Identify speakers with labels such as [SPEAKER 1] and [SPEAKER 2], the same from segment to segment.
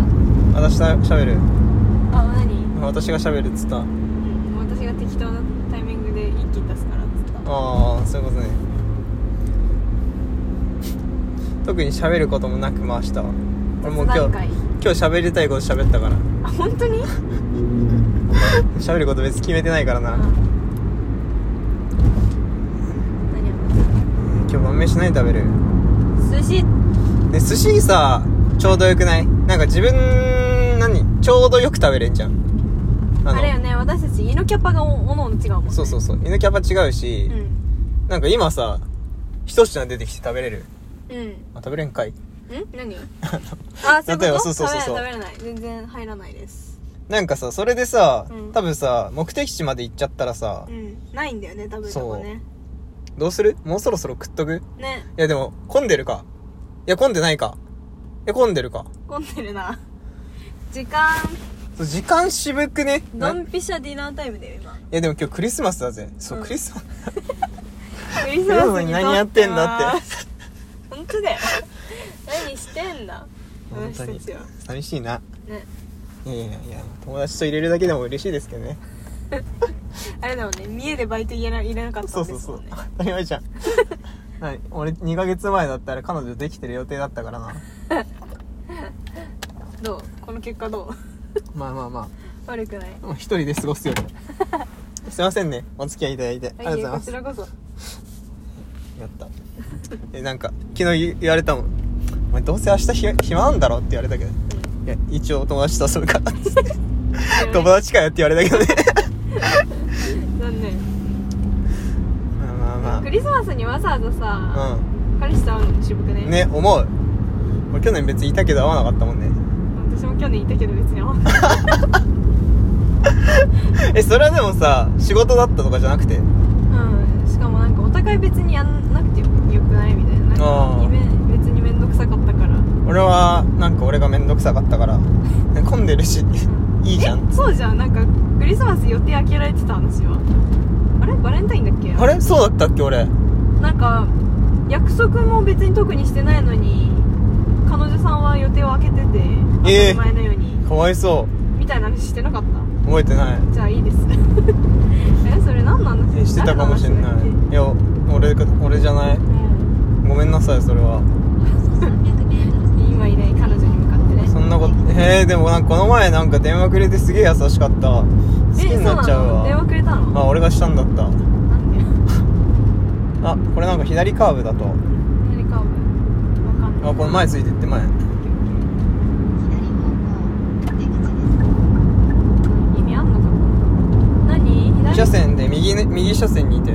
[SPEAKER 1] 私がしゃべる
[SPEAKER 2] あ何
[SPEAKER 1] 私がしゃべるっつった
[SPEAKER 2] 私が適当なタイミングで一気に出すからっつった
[SPEAKER 1] ああそういうことね特に喋ることもなく回したわ俺もう今日
[SPEAKER 2] 雑談会
[SPEAKER 1] 今日喋りたいこと喋ったから
[SPEAKER 2] あ本当に
[SPEAKER 1] 喋ること別に決めてないからな、
[SPEAKER 2] 何や
[SPEAKER 1] 今日晩飯何食べる
[SPEAKER 2] った寿司
[SPEAKER 1] で寿司さちょうどよくないなんか自分何ちょうどよく食べれんじゃん
[SPEAKER 2] あれよね私たち胃のキャパがおおのおの違うもん、ね、
[SPEAKER 1] そうそうそう犬キャパ違うし、
[SPEAKER 2] うん
[SPEAKER 1] なんか今さ一品出てきて食べれる
[SPEAKER 2] うん
[SPEAKER 1] あ食べれんかい
[SPEAKER 2] ん 何あそういう
[SPEAKER 1] 例え
[SPEAKER 2] こ
[SPEAKER 1] ば
[SPEAKER 2] と
[SPEAKER 1] そうそうそうそう
[SPEAKER 2] 食べれない食べれない全然入らないです
[SPEAKER 1] なんかさそれでさ、
[SPEAKER 2] うん
[SPEAKER 1] 多分さ目的地まで行っちゃったらさ
[SPEAKER 2] う、んないんだよね食べるとこね
[SPEAKER 1] どうするもうそろそろ食っとく
[SPEAKER 2] ね
[SPEAKER 1] いやでも混んでるかいや混んでないかいや混んでるか
[SPEAKER 2] 混んでるな時間
[SPEAKER 1] そう時間渋くね
[SPEAKER 2] ド
[SPEAKER 1] ない
[SPEAKER 2] ンピシャディナータイムだよ今
[SPEAKER 1] やでも今日クリスマスだぜそう、
[SPEAKER 2] うん
[SPEAKER 1] クリスマス
[SPEAKER 2] クリス
[SPEAKER 1] マ
[SPEAKER 2] マ
[SPEAKER 1] ス
[SPEAKER 2] ス
[SPEAKER 1] に
[SPEAKER 2] に
[SPEAKER 1] 何やってんだって
[SPEAKER 2] て本当だよ何してんだ
[SPEAKER 1] 本当に
[SPEAKER 2] 私たちは
[SPEAKER 1] 寂しいな
[SPEAKER 2] ね
[SPEAKER 1] いやいやいや友達と入れるだけでも嬉しいですけど ね
[SPEAKER 2] あれだもんね三重でバイト入れな入れなかった
[SPEAKER 1] そ
[SPEAKER 2] ん
[SPEAKER 1] う
[SPEAKER 2] です
[SPEAKER 1] そ
[SPEAKER 2] もん
[SPEAKER 1] う
[SPEAKER 2] ね
[SPEAKER 1] そう当たり前じゃん はい俺2ヶ月前だったら彼女できてる予定だったからな
[SPEAKER 2] どうこの結果どう
[SPEAKER 1] まあまあま
[SPEAKER 2] 悪くない
[SPEAKER 1] あもう一人で過ごすよ りすいませんねお付き合いいただいてありがとうござい
[SPEAKER 2] こ
[SPEAKER 1] ま
[SPEAKER 2] ち
[SPEAKER 1] す
[SPEAKER 2] らこそ
[SPEAKER 1] やった えなんか昨日言言われたもん「お前どうせ明日ひ暇なんだろ?」って言われたけど「いや一応友達と遊ぶから」って 友達かよ」って言われたけど ね
[SPEAKER 2] 残念
[SPEAKER 1] まあまあまあ
[SPEAKER 2] クリスマスにわざわざさ、彼氏と会うのも渋くね
[SPEAKER 1] うんね思う俺去年別にいたけど会わなかったもんね
[SPEAKER 2] 私も去年いたけど別に会わない
[SPEAKER 1] えそれはでもさ仕事だったとかじゃなくて
[SPEAKER 2] うんしかもなんかお互い別にやんなくてよくないみたいななん
[SPEAKER 1] あ
[SPEAKER 2] か
[SPEAKER 1] ー
[SPEAKER 2] イメ別に面倒くさかったから
[SPEAKER 1] 俺はなんか俺が面倒くさかったから混んでるし いいじゃん
[SPEAKER 2] えそうじゃんなんかクリスマス予定開けられてた話はあれバレンタインだっけ
[SPEAKER 1] あれそうだったっけ俺
[SPEAKER 2] なんか約束も別に特にしてないのに彼女さんは予定を開けてて当
[SPEAKER 1] ええ
[SPEAKER 2] たり前のように、
[SPEAKER 1] かわいそ
[SPEAKER 2] みたいな話してなかった
[SPEAKER 1] う覚えてない
[SPEAKER 2] じゃあいいです えそれ何の
[SPEAKER 1] え
[SPEAKER 2] 話
[SPEAKER 1] してたかもしれない
[SPEAKER 2] 誰の話だっ
[SPEAKER 1] いや俺か俺じゃない
[SPEAKER 2] けうん
[SPEAKER 1] ごめんなさいそれは
[SPEAKER 2] 今いない彼女に向かってね
[SPEAKER 1] そんなことえー、でもなんかこの前なんか電話くれてすげえ優しかった好き
[SPEAKER 2] え
[SPEAKER 1] になっちゃ
[SPEAKER 2] そ
[SPEAKER 1] う
[SPEAKER 2] なの電話
[SPEAKER 1] わ
[SPEAKER 2] くれたの
[SPEAKER 1] あ俺がしたんだった
[SPEAKER 2] なんで
[SPEAKER 1] あこれなんか左カーブだと
[SPEAKER 2] 何かわかんない
[SPEAKER 1] あこの前ついてって前
[SPEAKER 2] 意味あんのかな何
[SPEAKER 1] 2
[SPEAKER 2] 左
[SPEAKER 1] 車線で右ね右車線にいて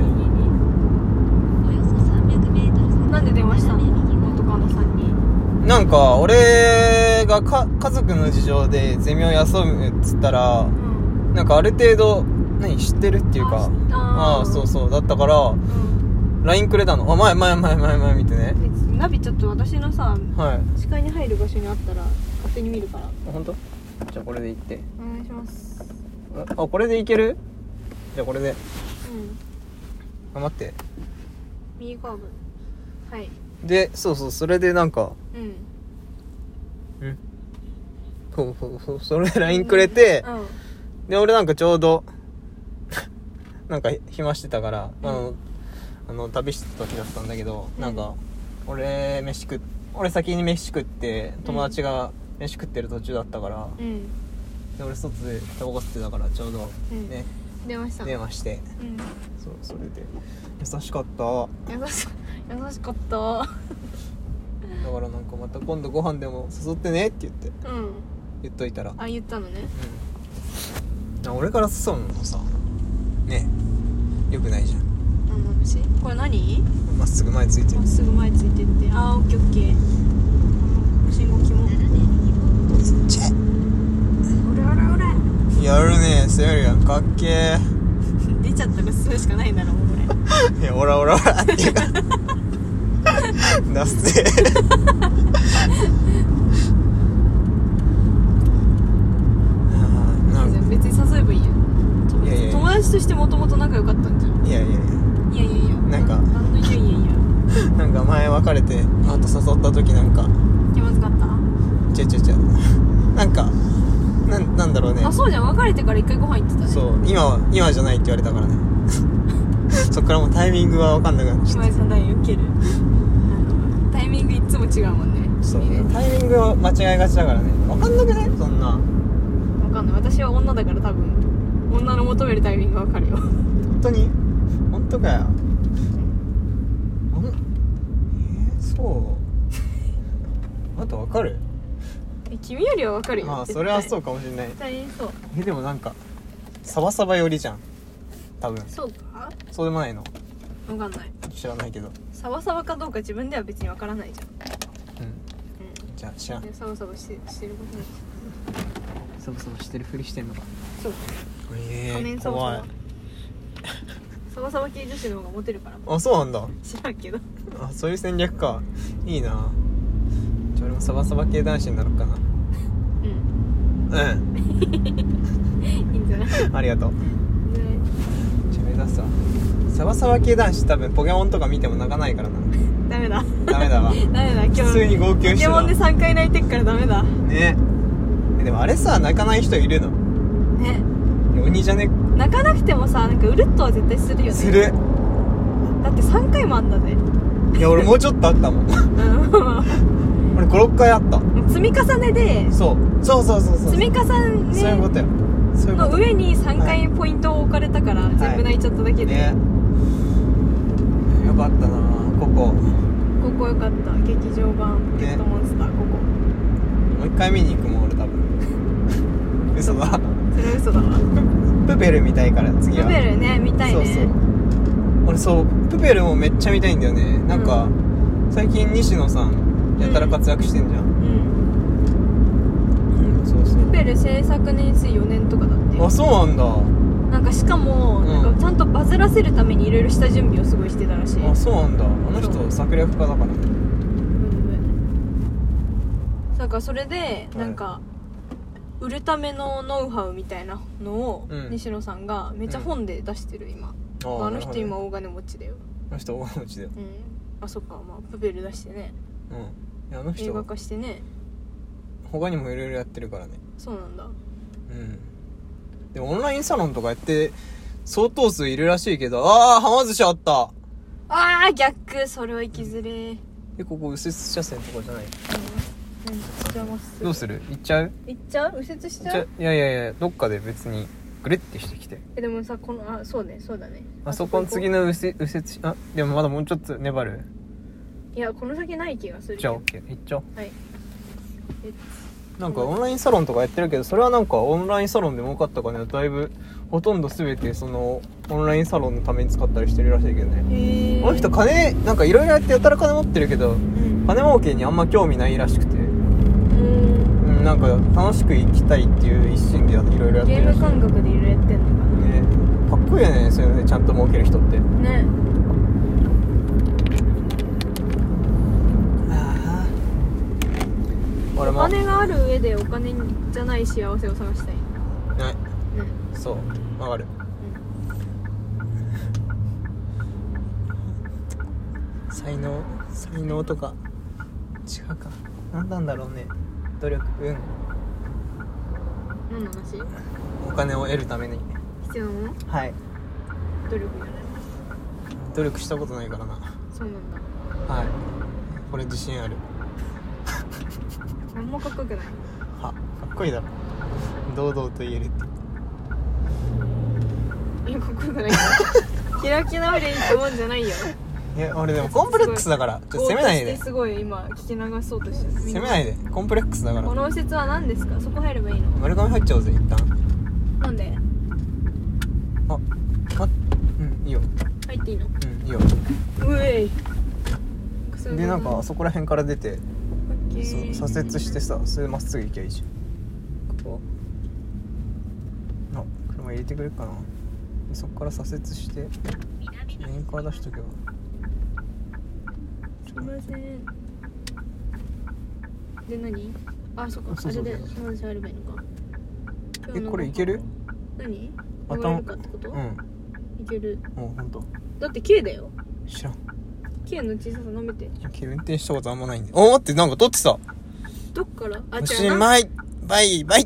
[SPEAKER 2] なんで電話したの元カノさんに
[SPEAKER 1] なんか俺がか家族の事情でゼミを休むっつったら
[SPEAKER 2] うん
[SPEAKER 1] なんかある程度何知ってるっていうかあ
[SPEAKER 2] あ
[SPEAKER 1] あーそう
[SPEAKER 2] う、
[SPEAKER 1] そうだったから LINE くれたのあ前前前前前見てね
[SPEAKER 2] うん、ナビちょっと私のさ
[SPEAKER 1] はい
[SPEAKER 2] 視界に入る場所にあったら勝手に見るから
[SPEAKER 1] あ本当じゃあこれで行って
[SPEAKER 2] お願いします
[SPEAKER 1] ああこれでいけるじゃあこれで
[SPEAKER 2] うん
[SPEAKER 1] あ待って
[SPEAKER 2] 右カーブはい
[SPEAKER 1] でそうそうそれでなんか
[SPEAKER 2] うん
[SPEAKER 1] そうそうそうそれで LINE くれて
[SPEAKER 2] うん
[SPEAKER 1] で俺なんかちょうど なんか暇してたから、あのあの旅してた時だったんだけど、
[SPEAKER 2] うん
[SPEAKER 1] なんか俺飯食っ俺先に飯食って友達が飯食ってる途中だったから、
[SPEAKER 2] うん
[SPEAKER 1] で俺外でタバコ吸ってたからちょうど
[SPEAKER 2] うん
[SPEAKER 1] ね、
[SPEAKER 2] 電話した
[SPEAKER 1] 電話して
[SPEAKER 2] うん
[SPEAKER 1] そうそれで優しかった
[SPEAKER 2] 優し優しかった
[SPEAKER 1] だからなんかまた今度ご飯でも誘ってねって言って
[SPEAKER 2] うん
[SPEAKER 1] 言っといたら、うん
[SPEAKER 2] あ言ったのね
[SPEAKER 1] あ、俺から誘うのもさねよくないじゃん
[SPEAKER 2] 何の話これ何
[SPEAKER 1] まっすぐ前ついてる
[SPEAKER 2] まっすぐ前ついてってあーオッケーオッケーあの信号機も
[SPEAKER 1] ちっちゃ
[SPEAKER 2] オラオラオラ
[SPEAKER 1] いやるねセルやんかっけえ
[SPEAKER 2] 出ちゃったら進むしかないんだろもうこれ
[SPEAKER 1] いやオラオラオラっていうか出すぜあーなんか
[SPEAKER 2] 別に誘えばいいや
[SPEAKER 1] いやいやいや
[SPEAKER 2] 友達としてもともと仲良かったんじゃん
[SPEAKER 1] いやいやいや
[SPEAKER 2] いやいやいや
[SPEAKER 1] なんか
[SPEAKER 2] 何のいやいやいや
[SPEAKER 1] なんか前別れてあと誘った時なんか
[SPEAKER 2] 気まずかった
[SPEAKER 1] ちょいちょいちょいなんかなんだろうね
[SPEAKER 2] あそうじゃん別れてから一回ご飯行ってたね
[SPEAKER 1] そう今は今じゃないって言われたからね そっからもうタイミングが分かんなくなっちゃ
[SPEAKER 2] 今井さん大ウケる あのタイミングいつも違うもんね
[SPEAKER 1] うそう
[SPEAKER 2] 君ね
[SPEAKER 1] タイミングを間違えがちだからね分かんなくないそんな
[SPEAKER 2] わかんない私は女だから多分女の求めるタイミングわかるよ
[SPEAKER 1] 本当に本当かよあんえー、そうあんた分かる
[SPEAKER 2] え君よりはわかるよ
[SPEAKER 1] ああそれはそううかもしれない
[SPEAKER 2] 絶対にそう
[SPEAKER 1] えでもなんかサバサバ寄りじゃん多分
[SPEAKER 2] そうか
[SPEAKER 1] そうでもないの
[SPEAKER 2] わかんない
[SPEAKER 1] 知らないけど
[SPEAKER 2] サバサバかどうか自分では別にわからないじゃん
[SPEAKER 1] うん
[SPEAKER 2] う
[SPEAKER 1] じゃあ知ら
[SPEAKER 2] ん
[SPEAKER 1] ん
[SPEAKER 2] でサバサバしてしてることない
[SPEAKER 1] そもそもしてるふりしてんのか
[SPEAKER 2] そう
[SPEAKER 1] え
[SPEAKER 2] 仮
[SPEAKER 1] え
[SPEAKER 2] 面サバサ
[SPEAKER 1] 怖い
[SPEAKER 2] バサバサバ系女子の方がモテるから
[SPEAKER 1] あそうなんだ
[SPEAKER 2] 知らんけど
[SPEAKER 1] あそういう戦略かいいなじゃあ俺もサバサバ系男子になろうか
[SPEAKER 2] うん
[SPEAKER 1] なうん
[SPEAKER 2] いいんじゃない
[SPEAKER 1] ありがとう
[SPEAKER 2] ね
[SPEAKER 1] じゃあ目指すわサバサバ系男子多分ポケモンとか見ても泣かないからな
[SPEAKER 2] ダメだ
[SPEAKER 1] ダメだわ
[SPEAKER 2] ダメだ今日
[SPEAKER 1] 普通に号泣して
[SPEAKER 2] ポケ
[SPEAKER 1] た
[SPEAKER 2] モンで3回泣いてっからダメだ
[SPEAKER 1] ねえでもあれさ泣かない人いるの
[SPEAKER 2] ね
[SPEAKER 1] 鬼じゃね
[SPEAKER 2] 泣かなくてもさなんかうるっとは絶対するよね
[SPEAKER 1] する
[SPEAKER 2] だって3回もあん だぜ
[SPEAKER 1] いや俺もうちょっとあったもん
[SPEAKER 2] う
[SPEAKER 1] 俺56回あった
[SPEAKER 2] ん積み重ねで
[SPEAKER 1] そうそうそうそうそう
[SPEAKER 2] 積み重
[SPEAKER 1] そういう
[SPEAKER 2] ね
[SPEAKER 1] ことよそういうこ
[SPEAKER 2] の
[SPEAKER 1] と
[SPEAKER 2] 上に3回ポイントを置かれたから全部泣いちゃっただけで、
[SPEAKER 1] ねよかったなここも
[SPEAKER 2] ここ良かった劇場版「ゲ
[SPEAKER 1] ね
[SPEAKER 2] ットモンスター」ここ
[SPEAKER 1] う一回見に行くもん俺多分 嘘だ
[SPEAKER 2] それは嘘だわ
[SPEAKER 1] プペル見たいから次は
[SPEAKER 2] プペルね見たいね
[SPEAKER 1] そうそう俺そうプペルもめっちゃ見たいんだよねなんか、
[SPEAKER 2] う
[SPEAKER 1] 最近西野さんやたら活躍してんじゃ
[SPEAKER 2] う
[SPEAKER 1] ん、
[SPEAKER 2] ん
[SPEAKER 1] そうそ
[SPEAKER 2] プペル制作年数4年とかだって
[SPEAKER 1] うあそうなんだ
[SPEAKER 2] なんかしかも、
[SPEAKER 1] うん
[SPEAKER 2] なんかちゃんとバズらせるためにいろいろ下準備をすごいしてたらしい
[SPEAKER 1] あそうなんだあの
[SPEAKER 2] そ
[SPEAKER 1] 人
[SPEAKER 2] う
[SPEAKER 1] 策略家だからね
[SPEAKER 2] なんかそれでなんか、売るためのノウハウみたいなのを
[SPEAKER 1] うん
[SPEAKER 2] 西野さんがめっちゃ本で出してる今、
[SPEAKER 1] ー
[SPEAKER 2] あの人今
[SPEAKER 1] な
[SPEAKER 2] 大
[SPEAKER 1] るほどね
[SPEAKER 2] 金持ちだよ
[SPEAKER 1] あの人大金持ちだよ
[SPEAKER 2] うんあそっかまあプペル出してね
[SPEAKER 1] うんいやあの
[SPEAKER 2] 映画
[SPEAKER 1] 人
[SPEAKER 2] 化してね
[SPEAKER 1] 他にもいろいろやってるからね
[SPEAKER 2] そうなんだ
[SPEAKER 1] うんでもオンラインサロンとかやって相当数いるらしいけどああはま寿司あった
[SPEAKER 2] あー逆それは行きづれー、うん、
[SPEAKER 1] えここ右折車線とかじゃな
[SPEAKER 2] な
[SPEAKER 1] い
[SPEAKER 2] んかこちらもすぐ
[SPEAKER 1] どうする行っちゃう
[SPEAKER 2] 行っちゃう右折し
[SPEAKER 1] じ
[SPEAKER 2] ちゃ
[SPEAKER 1] ゃ
[SPEAKER 2] う
[SPEAKER 1] いやいやいやどっかで別にグレってしてきて
[SPEAKER 2] えでもさこのあそうねそうだね
[SPEAKER 1] あそこの次
[SPEAKER 2] の
[SPEAKER 1] の右折右折しあでもまだもうちょっと粘る
[SPEAKER 2] いやこの先ない気がする
[SPEAKER 1] じゃあ
[SPEAKER 2] は
[SPEAKER 1] OK 行っちゃおう
[SPEAKER 2] いえ
[SPEAKER 1] なんかオンラインサロンとかやってるけどそれはなんかオンラインサロンで儲かった金はだいぶほとんど全てそのオンラインサロンのために使ったりしてるらしいけどね
[SPEAKER 2] へえ
[SPEAKER 1] この人金なんかいろいろやってやたら金持ってるけど
[SPEAKER 2] うん
[SPEAKER 1] 金儲けにあんま興味ないらしくて、う
[SPEAKER 2] うん
[SPEAKER 1] ん、なんか楽しく生きたいっていう一心でいろいろやって
[SPEAKER 2] ゲ
[SPEAKER 1] るら
[SPEAKER 2] ー
[SPEAKER 1] しい
[SPEAKER 2] ム感覚でいろいろやってんのか
[SPEAKER 1] ねかっこいいよねそういうのねちゃんと儲ける人って
[SPEAKER 2] なね
[SPEAKER 1] ああ俺
[SPEAKER 2] お
[SPEAKER 1] も
[SPEAKER 2] 金がある上でお金じゃない幸せを探したいね
[SPEAKER 1] ねそうわかる才能才能とか違うか何なんだろうね努力運
[SPEAKER 2] 何の話
[SPEAKER 1] お金を得るために
[SPEAKER 2] 必要なもの
[SPEAKER 1] はい
[SPEAKER 2] 努力じゃない
[SPEAKER 1] 努力したことないからな
[SPEAKER 2] そうなんだ
[SPEAKER 1] はいこれ自信ある
[SPEAKER 2] あんまかっこよくない
[SPEAKER 1] はかっこいいだろ堂々と言えるって
[SPEAKER 2] えかっこよくない 開き直りゃいいってもんじゃないよ
[SPEAKER 1] え俺でもコンプレックスだからちょっと責めない
[SPEAKER 2] ぼーっとし
[SPEAKER 1] で
[SPEAKER 2] てすごい今聞き流そうとしてる
[SPEAKER 1] 責めないでコンプレックスだから
[SPEAKER 2] この右折は何ですかそこ入ればいいの
[SPEAKER 1] 丸亀入っちゃおうぜ一旦
[SPEAKER 2] なんで
[SPEAKER 1] あまうんいいよ
[SPEAKER 2] 入っていいの
[SPEAKER 1] うんいいよ
[SPEAKER 2] うえい
[SPEAKER 1] でなんかあそこら辺から出てそう左折しててさそれまっすぐ行きゃいいじゃんここあ車入れてくれるかなでそっから左折してメインカー出しとけば
[SPEAKER 2] すいませんで何あそっか
[SPEAKER 1] そうそうそう
[SPEAKER 2] あれで話あればいいのか
[SPEAKER 1] えこれいける
[SPEAKER 2] 何
[SPEAKER 1] 頭
[SPEAKER 2] 頭かってこと、
[SPEAKER 1] うん
[SPEAKER 2] いける
[SPEAKER 1] もうほんと
[SPEAKER 2] だって K だよ
[SPEAKER 1] 知らん
[SPEAKER 2] K の小ささ舐めて
[SPEAKER 1] 君運転したことあんまないんでおー待ってなんか撮ってた
[SPEAKER 2] どっからあ
[SPEAKER 1] お
[SPEAKER 2] 違
[SPEAKER 1] し
[SPEAKER 2] うな
[SPEAKER 1] まいバイバイ